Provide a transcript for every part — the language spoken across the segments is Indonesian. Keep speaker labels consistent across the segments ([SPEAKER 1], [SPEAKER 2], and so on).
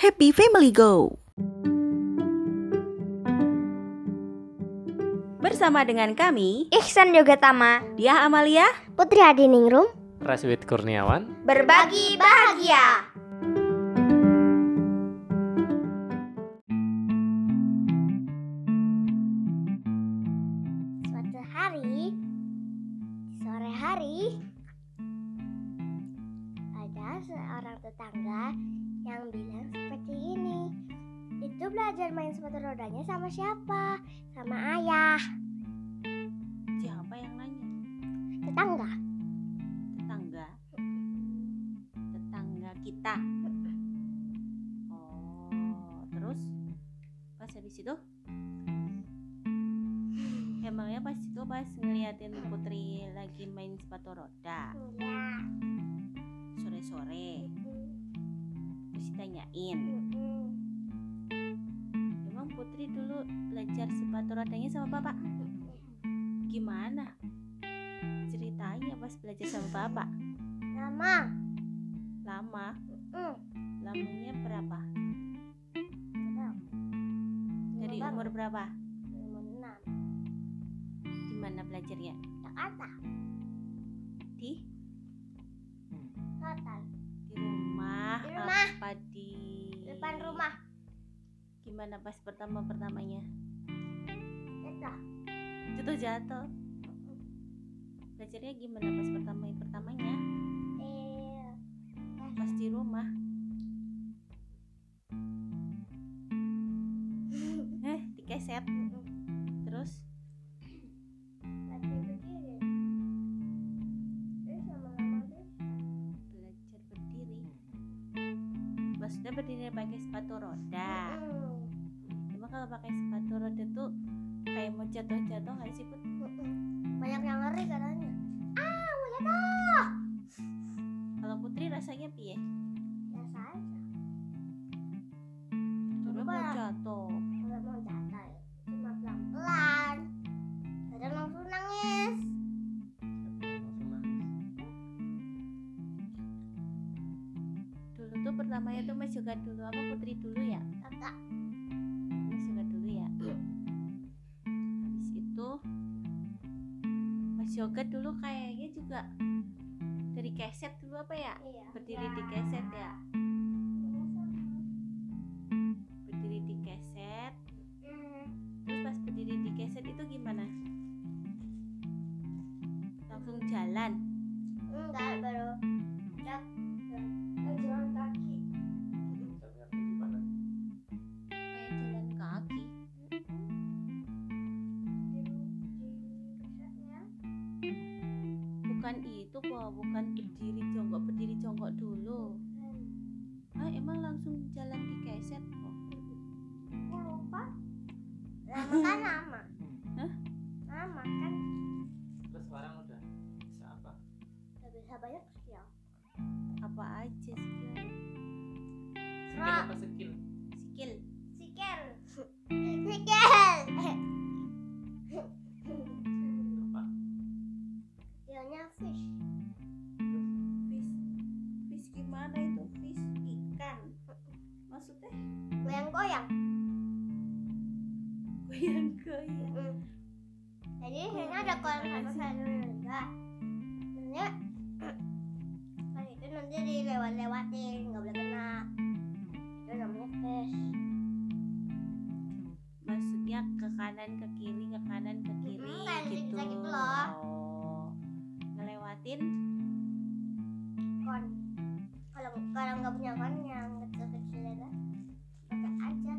[SPEAKER 1] Happy Family Go! Bersama dengan kami,
[SPEAKER 2] Ihsan Yogatama,
[SPEAKER 1] Diah Amalia,
[SPEAKER 2] Putri Adiningrum,
[SPEAKER 3] Raswid Kurniawan.
[SPEAKER 2] berbagi bahagia. Suatu hari, di sore hari, ada seorang tetangga yang bilang seperti ini. Itu belajar main sepatu rodanya sama siapa? Sama ayah,
[SPEAKER 1] Siapa yang nanya?
[SPEAKER 2] tetangga.
[SPEAKER 1] Tetangga. Tetangga kita. Oh, terus pas habis itu emangnya pas itu pas ngeliatin Putri lagi main sepatu roda
[SPEAKER 2] Iya.
[SPEAKER 1] sore-sore terus ditanyain emang Putri dulu belajar sepatu rodanya sama bapak gimana ceritanya pas belajar sama bapak
[SPEAKER 2] Nama. Hmm,
[SPEAKER 1] lama lamanya berapa dari umur berapa
[SPEAKER 2] umur enam
[SPEAKER 1] di mana belajarnya
[SPEAKER 2] Jakarta
[SPEAKER 1] di
[SPEAKER 2] Selatan
[SPEAKER 1] di rumah,
[SPEAKER 2] Di rumah.
[SPEAKER 1] apa di
[SPEAKER 2] depan rumah
[SPEAKER 1] gimana pas pertama pertamanya
[SPEAKER 2] itu
[SPEAKER 1] jatuh jatuh belajarnya gimana pas pertama pertamanya
[SPEAKER 2] eh
[SPEAKER 1] pas di rumah eh dikeset terus
[SPEAKER 2] lagi begini terus lama-lama tuh
[SPEAKER 1] belajar berdiri maksudnya berdiri pakai sepatu roda
[SPEAKER 2] Mm,
[SPEAKER 1] Cuma kalau pakai sepatu roda tuh kayak mau jatuh-jatuh nggak sih Put?
[SPEAKER 2] mm. banyak yang ngeri katanya ah mau jatuh
[SPEAKER 1] Kalau Putri rasanya piye?
[SPEAKER 2] biasa aja
[SPEAKER 1] Cuma mau
[SPEAKER 2] Apa?
[SPEAKER 1] jatuh.
[SPEAKER 2] kalau mau jatuh ya cuma pelan-pelan kadang langsung nangis
[SPEAKER 1] Dulu tuh pertamanya tuh Mas Yoga dulu apa Putri dulu ya?
[SPEAKER 2] kakak
[SPEAKER 1] Mas Yoga dulu ya. Habis itu Mas Yoga dulu kayaknya juga dari keset dulu apa ya?
[SPEAKER 2] iya
[SPEAKER 1] Berdiri di keset ya. Berdiri di keset.
[SPEAKER 2] Mm,
[SPEAKER 1] Terus pas berdiri di keset itu gimana? Langsung jalan.
[SPEAKER 2] enggak baru jak eh, jalan kaki
[SPEAKER 1] kayak jalan kaki bukan itu kok bukan berdiri jonggok berdiri jonggok dulu
[SPEAKER 2] Hmm.
[SPEAKER 1] ah emang langsung jalan di keset kok
[SPEAKER 2] Aku lupa. Lama kan lama.
[SPEAKER 1] Hah?
[SPEAKER 2] Lama kan
[SPEAKER 3] Terus sekarang udah bisa apa?
[SPEAKER 2] gak bisa banyak skill.
[SPEAKER 1] apa aja skill
[SPEAKER 3] Skill
[SPEAKER 2] Ra.
[SPEAKER 3] apa skill?
[SPEAKER 1] skill
[SPEAKER 2] Sikel. Sikel.
[SPEAKER 3] Apa?
[SPEAKER 2] Skillnya fish.
[SPEAKER 1] fish fish gimana itu fish ikan maksudnya goyang
[SPEAKER 2] Goyang-goyang.
[SPEAKER 1] goyang
[SPEAKER 2] Mm. Jadi ini ada kolam sama sayurnya. Sebenarnya kan itu nanti dilewat-lewatin, nggak boleh kena. Itu namanya fish.
[SPEAKER 1] maksudnya ke kanan ke kiri ke kanan ke kiri
[SPEAKER 2] Mm, kayak
[SPEAKER 1] gitu
[SPEAKER 2] zigzag gitu loh.
[SPEAKER 1] oh ngelewatin
[SPEAKER 2] kon kalau kalau nggak punya kon yang kecil kecil aja pakai aja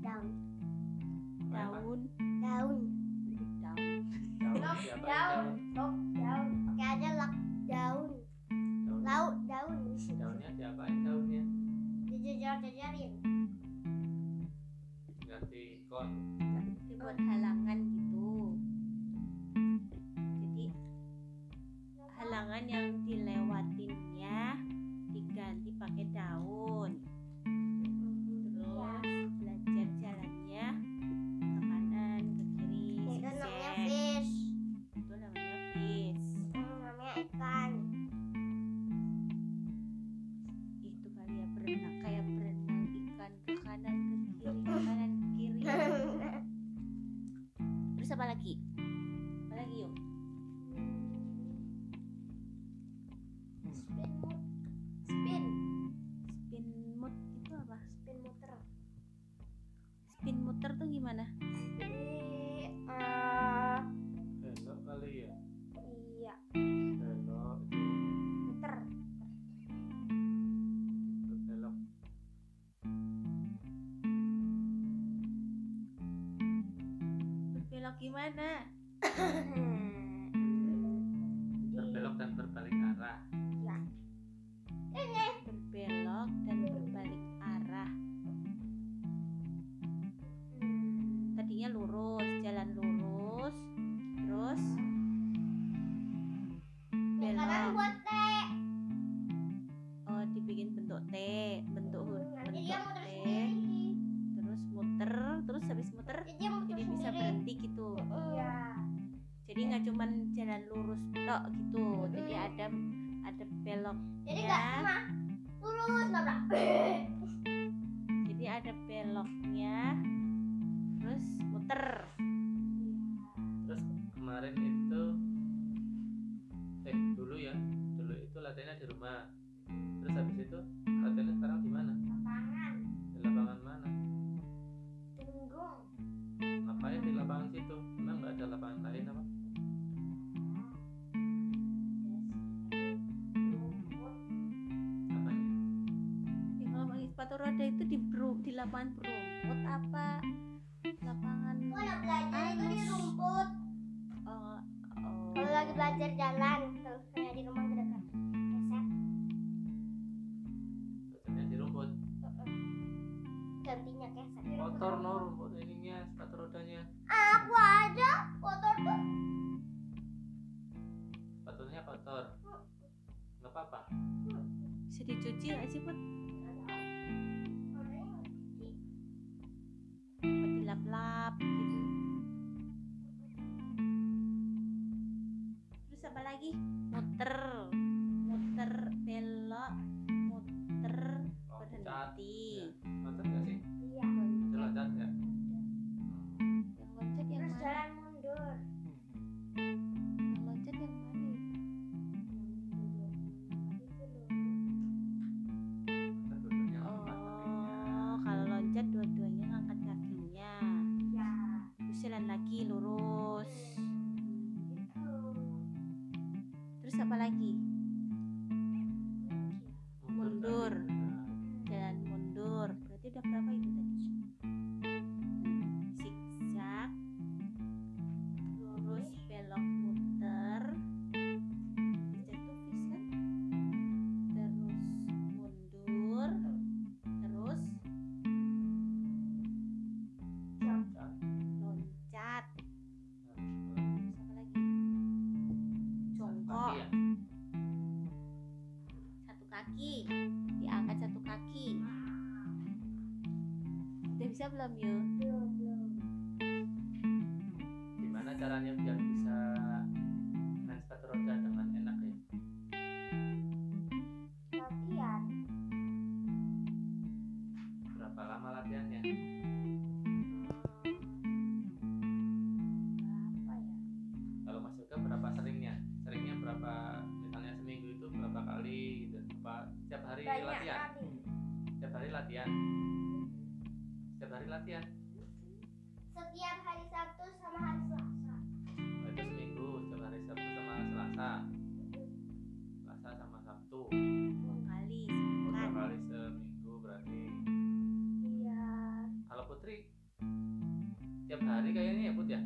[SPEAKER 2] daun
[SPEAKER 3] Apa?
[SPEAKER 1] daun
[SPEAKER 2] daun
[SPEAKER 1] daun
[SPEAKER 3] Daun siapa?
[SPEAKER 2] lok daun pakai aja lok daun
[SPEAKER 3] Daun.
[SPEAKER 2] lauk daun
[SPEAKER 3] Daunnya diapain daunnya?
[SPEAKER 2] dijajar jajarin
[SPEAKER 3] Ganti kon.
[SPEAKER 1] dibuat halangan gitu jadi halangan yang dilewatinnya diganti pakai daun
[SPEAKER 2] Iya.
[SPEAKER 1] terus belajar jalannya ke kanan ke kiri
[SPEAKER 2] itu namanya
[SPEAKER 1] zigzag
[SPEAKER 2] fish
[SPEAKER 1] itu namanya fish
[SPEAKER 2] Hmm, namanya ikan
[SPEAKER 1] ya, berenang kayak berenang ikan ke kanan ke kiri ke kanan ke kiri terus apa lagi apa lagi yuk
[SPEAKER 2] Spin, spin,
[SPEAKER 1] spin mut itu apa
[SPEAKER 2] spin muter.
[SPEAKER 1] spin muter tuh gimana
[SPEAKER 2] Jadi, eh,
[SPEAKER 3] belok kali ya
[SPEAKER 2] iya,
[SPEAKER 3] belok
[SPEAKER 2] muter.
[SPEAKER 3] itu belok
[SPEAKER 1] berbelok gimana
[SPEAKER 2] Iya.
[SPEAKER 3] berbelok dan berbalik arah
[SPEAKER 1] berbelok dan berbalik arah tadinya lurus jalan lurus terus
[SPEAKER 2] Sekarang
[SPEAKER 1] belok
[SPEAKER 2] buat teh.
[SPEAKER 1] oh dibikin bentuk T bentuk huruf
[SPEAKER 2] Nanti dia
[SPEAKER 1] bentuk
[SPEAKER 2] muter
[SPEAKER 1] T
[SPEAKER 2] sendiri.
[SPEAKER 1] terus muter terus habis muter
[SPEAKER 2] Jadi dia muter
[SPEAKER 1] jadi
[SPEAKER 2] sendiri.
[SPEAKER 1] bisa berhenti gitu
[SPEAKER 2] Iya.
[SPEAKER 1] jadi nggak cuman jalan lurus tok gitu jadi
[SPEAKER 2] Mm.
[SPEAKER 1] ada ada belok
[SPEAKER 2] Jadi nggak
[SPEAKER 1] Ya.
[SPEAKER 2] cuma lurus nabrak. Iya.
[SPEAKER 1] jadi ada beloknya terus muter
[SPEAKER 3] terus kemarin itu eh dulu ya dulu itu latihannya di rumah terus habis itu latihannya sekarang di mana
[SPEAKER 2] Lapangan,
[SPEAKER 3] di lapangan mana
[SPEAKER 2] punggung.
[SPEAKER 3] ngapain di lapangan situ emang nggak ada lapangan lain apa apanya
[SPEAKER 1] ya, kalau pakai sepatu roda itu di beru- di lapangan berumput apa lapangan eh,
[SPEAKER 2] Kalau belajar itu di rumput.
[SPEAKER 1] oh, oh.
[SPEAKER 2] Kalau lagi belajar jalan, kalau kayak di rumah gede kan. Biasa.
[SPEAKER 3] latihannya di rumput
[SPEAKER 2] Gantinya keset. Ah,
[SPEAKER 3] kotor no rumput ininya sepatu rodanya
[SPEAKER 2] Aku aja kotor tuh.
[SPEAKER 3] sepatunya kotor nggak apa-apa
[SPEAKER 1] bisa dicuci nggak sih put Buat dilap-lap gitu terus apa lagi muter muter belok muter
[SPEAKER 3] loncat
[SPEAKER 1] berhenti
[SPEAKER 3] loncat nggak sih
[SPEAKER 2] Iya.
[SPEAKER 3] ada loncat nggak
[SPEAKER 1] yang loncat yang
[SPEAKER 2] Terus
[SPEAKER 1] mana
[SPEAKER 2] jalan mundur.
[SPEAKER 1] yang loncat yang mana
[SPEAKER 3] loncat Hmm, duduknya lompat kakinya.
[SPEAKER 1] oh kalau loncat dua-duanya ngangkat kakinya
[SPEAKER 2] Iya.
[SPEAKER 1] terus jalan lagi lurus
[SPEAKER 2] gitu.
[SPEAKER 1] terus apa lagi Mundur.
[SPEAKER 3] kan?
[SPEAKER 1] jalan mundur berarti udah berapa itu tadi zigzag lurus belok muter jatuh pisan terus mundur terus
[SPEAKER 3] Nah,
[SPEAKER 1] loncat
[SPEAKER 3] Nah,
[SPEAKER 1] terus apa lagi jongkok
[SPEAKER 3] Kaki ya?
[SPEAKER 1] satu kaki diangkat satu kaki udah bisa belum yuk
[SPEAKER 2] Belum, belum.
[SPEAKER 3] gimana caranya biar bisa main sepatu roda dengan enak ya
[SPEAKER 2] Latihan.
[SPEAKER 3] berapa lama latihannya
[SPEAKER 2] Apa ya?
[SPEAKER 3] kalau Mas Yoga berapa seringnya seringnya berapa misalnya seminggu itu berapa kali gitu apa setiap hari
[SPEAKER 2] Banyak
[SPEAKER 3] latihan
[SPEAKER 2] kali.
[SPEAKER 3] setiap hari latihan setiap hari latihan
[SPEAKER 2] Setiap hari Sabtu sama hari Selasa.
[SPEAKER 3] Oh, itu seminggu setiap hari Sabtu sama Selasa Selasa sama Sabtu
[SPEAKER 1] dua kali
[SPEAKER 3] Oh, dua
[SPEAKER 2] Nah.
[SPEAKER 1] sepekan
[SPEAKER 3] kali seminggu berarti
[SPEAKER 2] Iya.
[SPEAKER 3] kalau Putri tiap hari kayaknya ya Put ya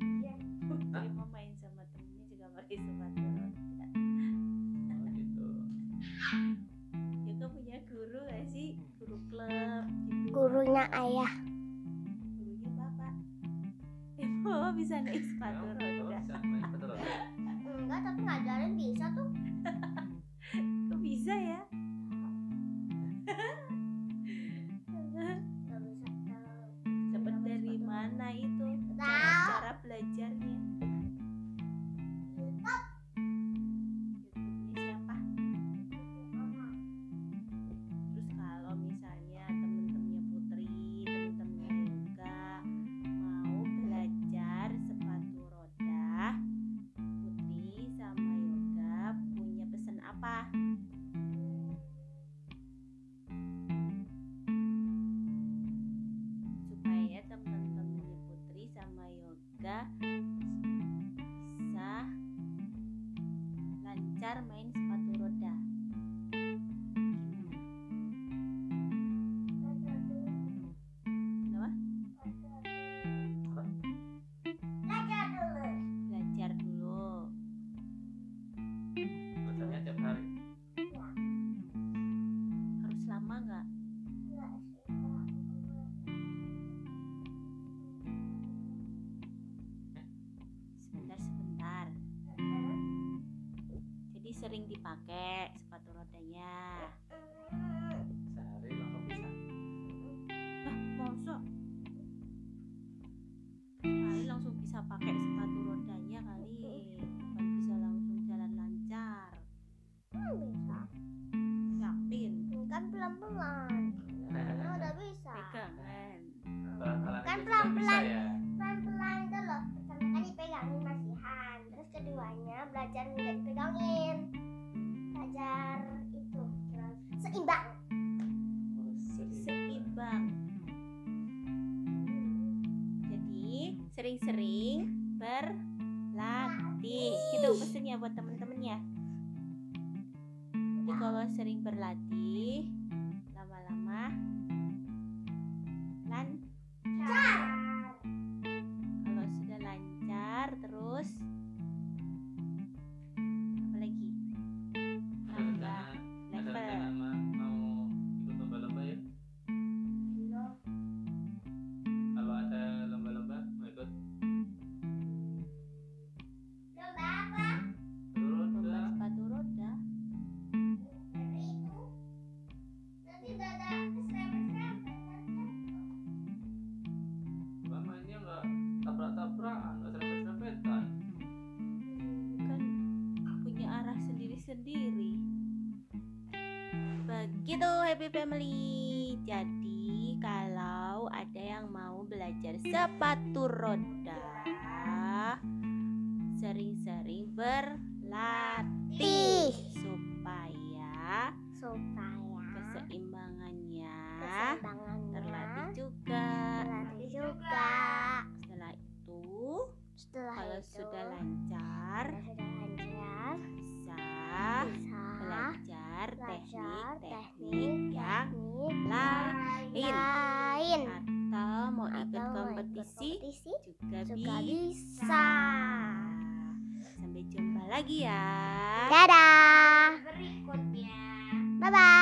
[SPEAKER 2] Iya.
[SPEAKER 1] Jadi mau main sama temennya juga pakai sepatu roda.
[SPEAKER 3] oh, gitu
[SPEAKER 1] Ya kau punya guru gak sih? Guru klub gitu.
[SPEAKER 2] Gurunya ayah.
[SPEAKER 1] Gurunya bapak. Eh, bapak bisa naik sepatu
[SPEAKER 3] Emang Putri
[SPEAKER 1] roda.
[SPEAKER 3] bisa main sepatu roda
[SPEAKER 2] Enggak, tapi ngajarin bisa tuh.
[SPEAKER 1] Kok bisa ya?
[SPEAKER 2] Gak bisa tahu.
[SPEAKER 1] Dapat dari mana itu? Cara,
[SPEAKER 2] Tahu.
[SPEAKER 1] cara belajarnya? YouTube-nya siapa?
[SPEAKER 2] sekolah
[SPEAKER 1] supaya teman-temannya Putri sama Yoga bisa lancar main sepatu roda. Gimana? Kenapa?
[SPEAKER 2] belajar dulu
[SPEAKER 1] Belajar dulu.
[SPEAKER 3] Belajarnya tiap hari.
[SPEAKER 1] Harus lama nggak? Sebentar sebentar. Jadi sering dipakai sepatu rodanya.
[SPEAKER 3] Sehari lama bisa.
[SPEAKER 1] Lah, masa? Kali langsung bisa pakai sepatu rodanya kali. Bukan bisa langsung jalan lancar.
[SPEAKER 2] Hmm, bisa.
[SPEAKER 1] Yakin?
[SPEAKER 2] Kan pelan-pelan. Ini
[SPEAKER 1] Nah.
[SPEAKER 2] udah bisa.
[SPEAKER 1] Pegangan.
[SPEAKER 3] Bakalan
[SPEAKER 2] Kan
[SPEAKER 3] itu juga
[SPEAKER 2] pelan-pelan.
[SPEAKER 3] bisa ya.
[SPEAKER 2] Pelan-pelan itu loh. Pertama kali pegangin masihan. Terus keduanya belajar nggak dipegangin. Belajar itu seimbang.
[SPEAKER 1] Seimbang. Jadi sering-sering berlatih. Gitu pesennya buat temen-temen ya. Jadi kalau sering berlatih, lama-lama kan, lan
[SPEAKER 2] Car.
[SPEAKER 1] kalau sudah lancar terus apa lagi
[SPEAKER 3] Ada
[SPEAKER 1] tambah
[SPEAKER 3] rencana, ada
[SPEAKER 1] level
[SPEAKER 3] rencana ma- mau ikut lomba-lomba ya? Kalau ada lomba-lomba mau ikut?
[SPEAKER 2] Coba apa?
[SPEAKER 1] lomba
[SPEAKER 3] Roda.
[SPEAKER 1] sepatu roda
[SPEAKER 2] Itu. Nanti dada serempet-serempet.
[SPEAKER 3] Mbak mainnya nggak tabrak-tabrakan, nggak serempet-serempetan.
[SPEAKER 1] kan punya arah sendiri-sendiri begitu happy family jadi kalau ada yang mau belajar sepatu roda sering-sering berlatih supaya
[SPEAKER 2] Supaya
[SPEAKER 1] keseimbangannya
[SPEAKER 2] keseimbangannya
[SPEAKER 1] terlatih juga
[SPEAKER 2] terlatih juga.
[SPEAKER 1] setelah itu
[SPEAKER 2] Setelah
[SPEAKER 1] kalau
[SPEAKER 2] itu
[SPEAKER 1] sudah lancar
[SPEAKER 2] kalau sudah lancar
[SPEAKER 1] bisa
[SPEAKER 2] bisa
[SPEAKER 1] belajar
[SPEAKER 2] belajar
[SPEAKER 1] teknik-teknik yang
[SPEAKER 2] teknik
[SPEAKER 1] lain
[SPEAKER 2] lain
[SPEAKER 1] atau mau ikut
[SPEAKER 2] Atau mau
[SPEAKER 1] kompetisi
[SPEAKER 2] kompetisi
[SPEAKER 1] juga
[SPEAKER 2] juga
[SPEAKER 1] bisa
[SPEAKER 2] bisa.
[SPEAKER 1] sampai jumpa lagi ya
[SPEAKER 2] Dadah. Berikutnya. Bye bye.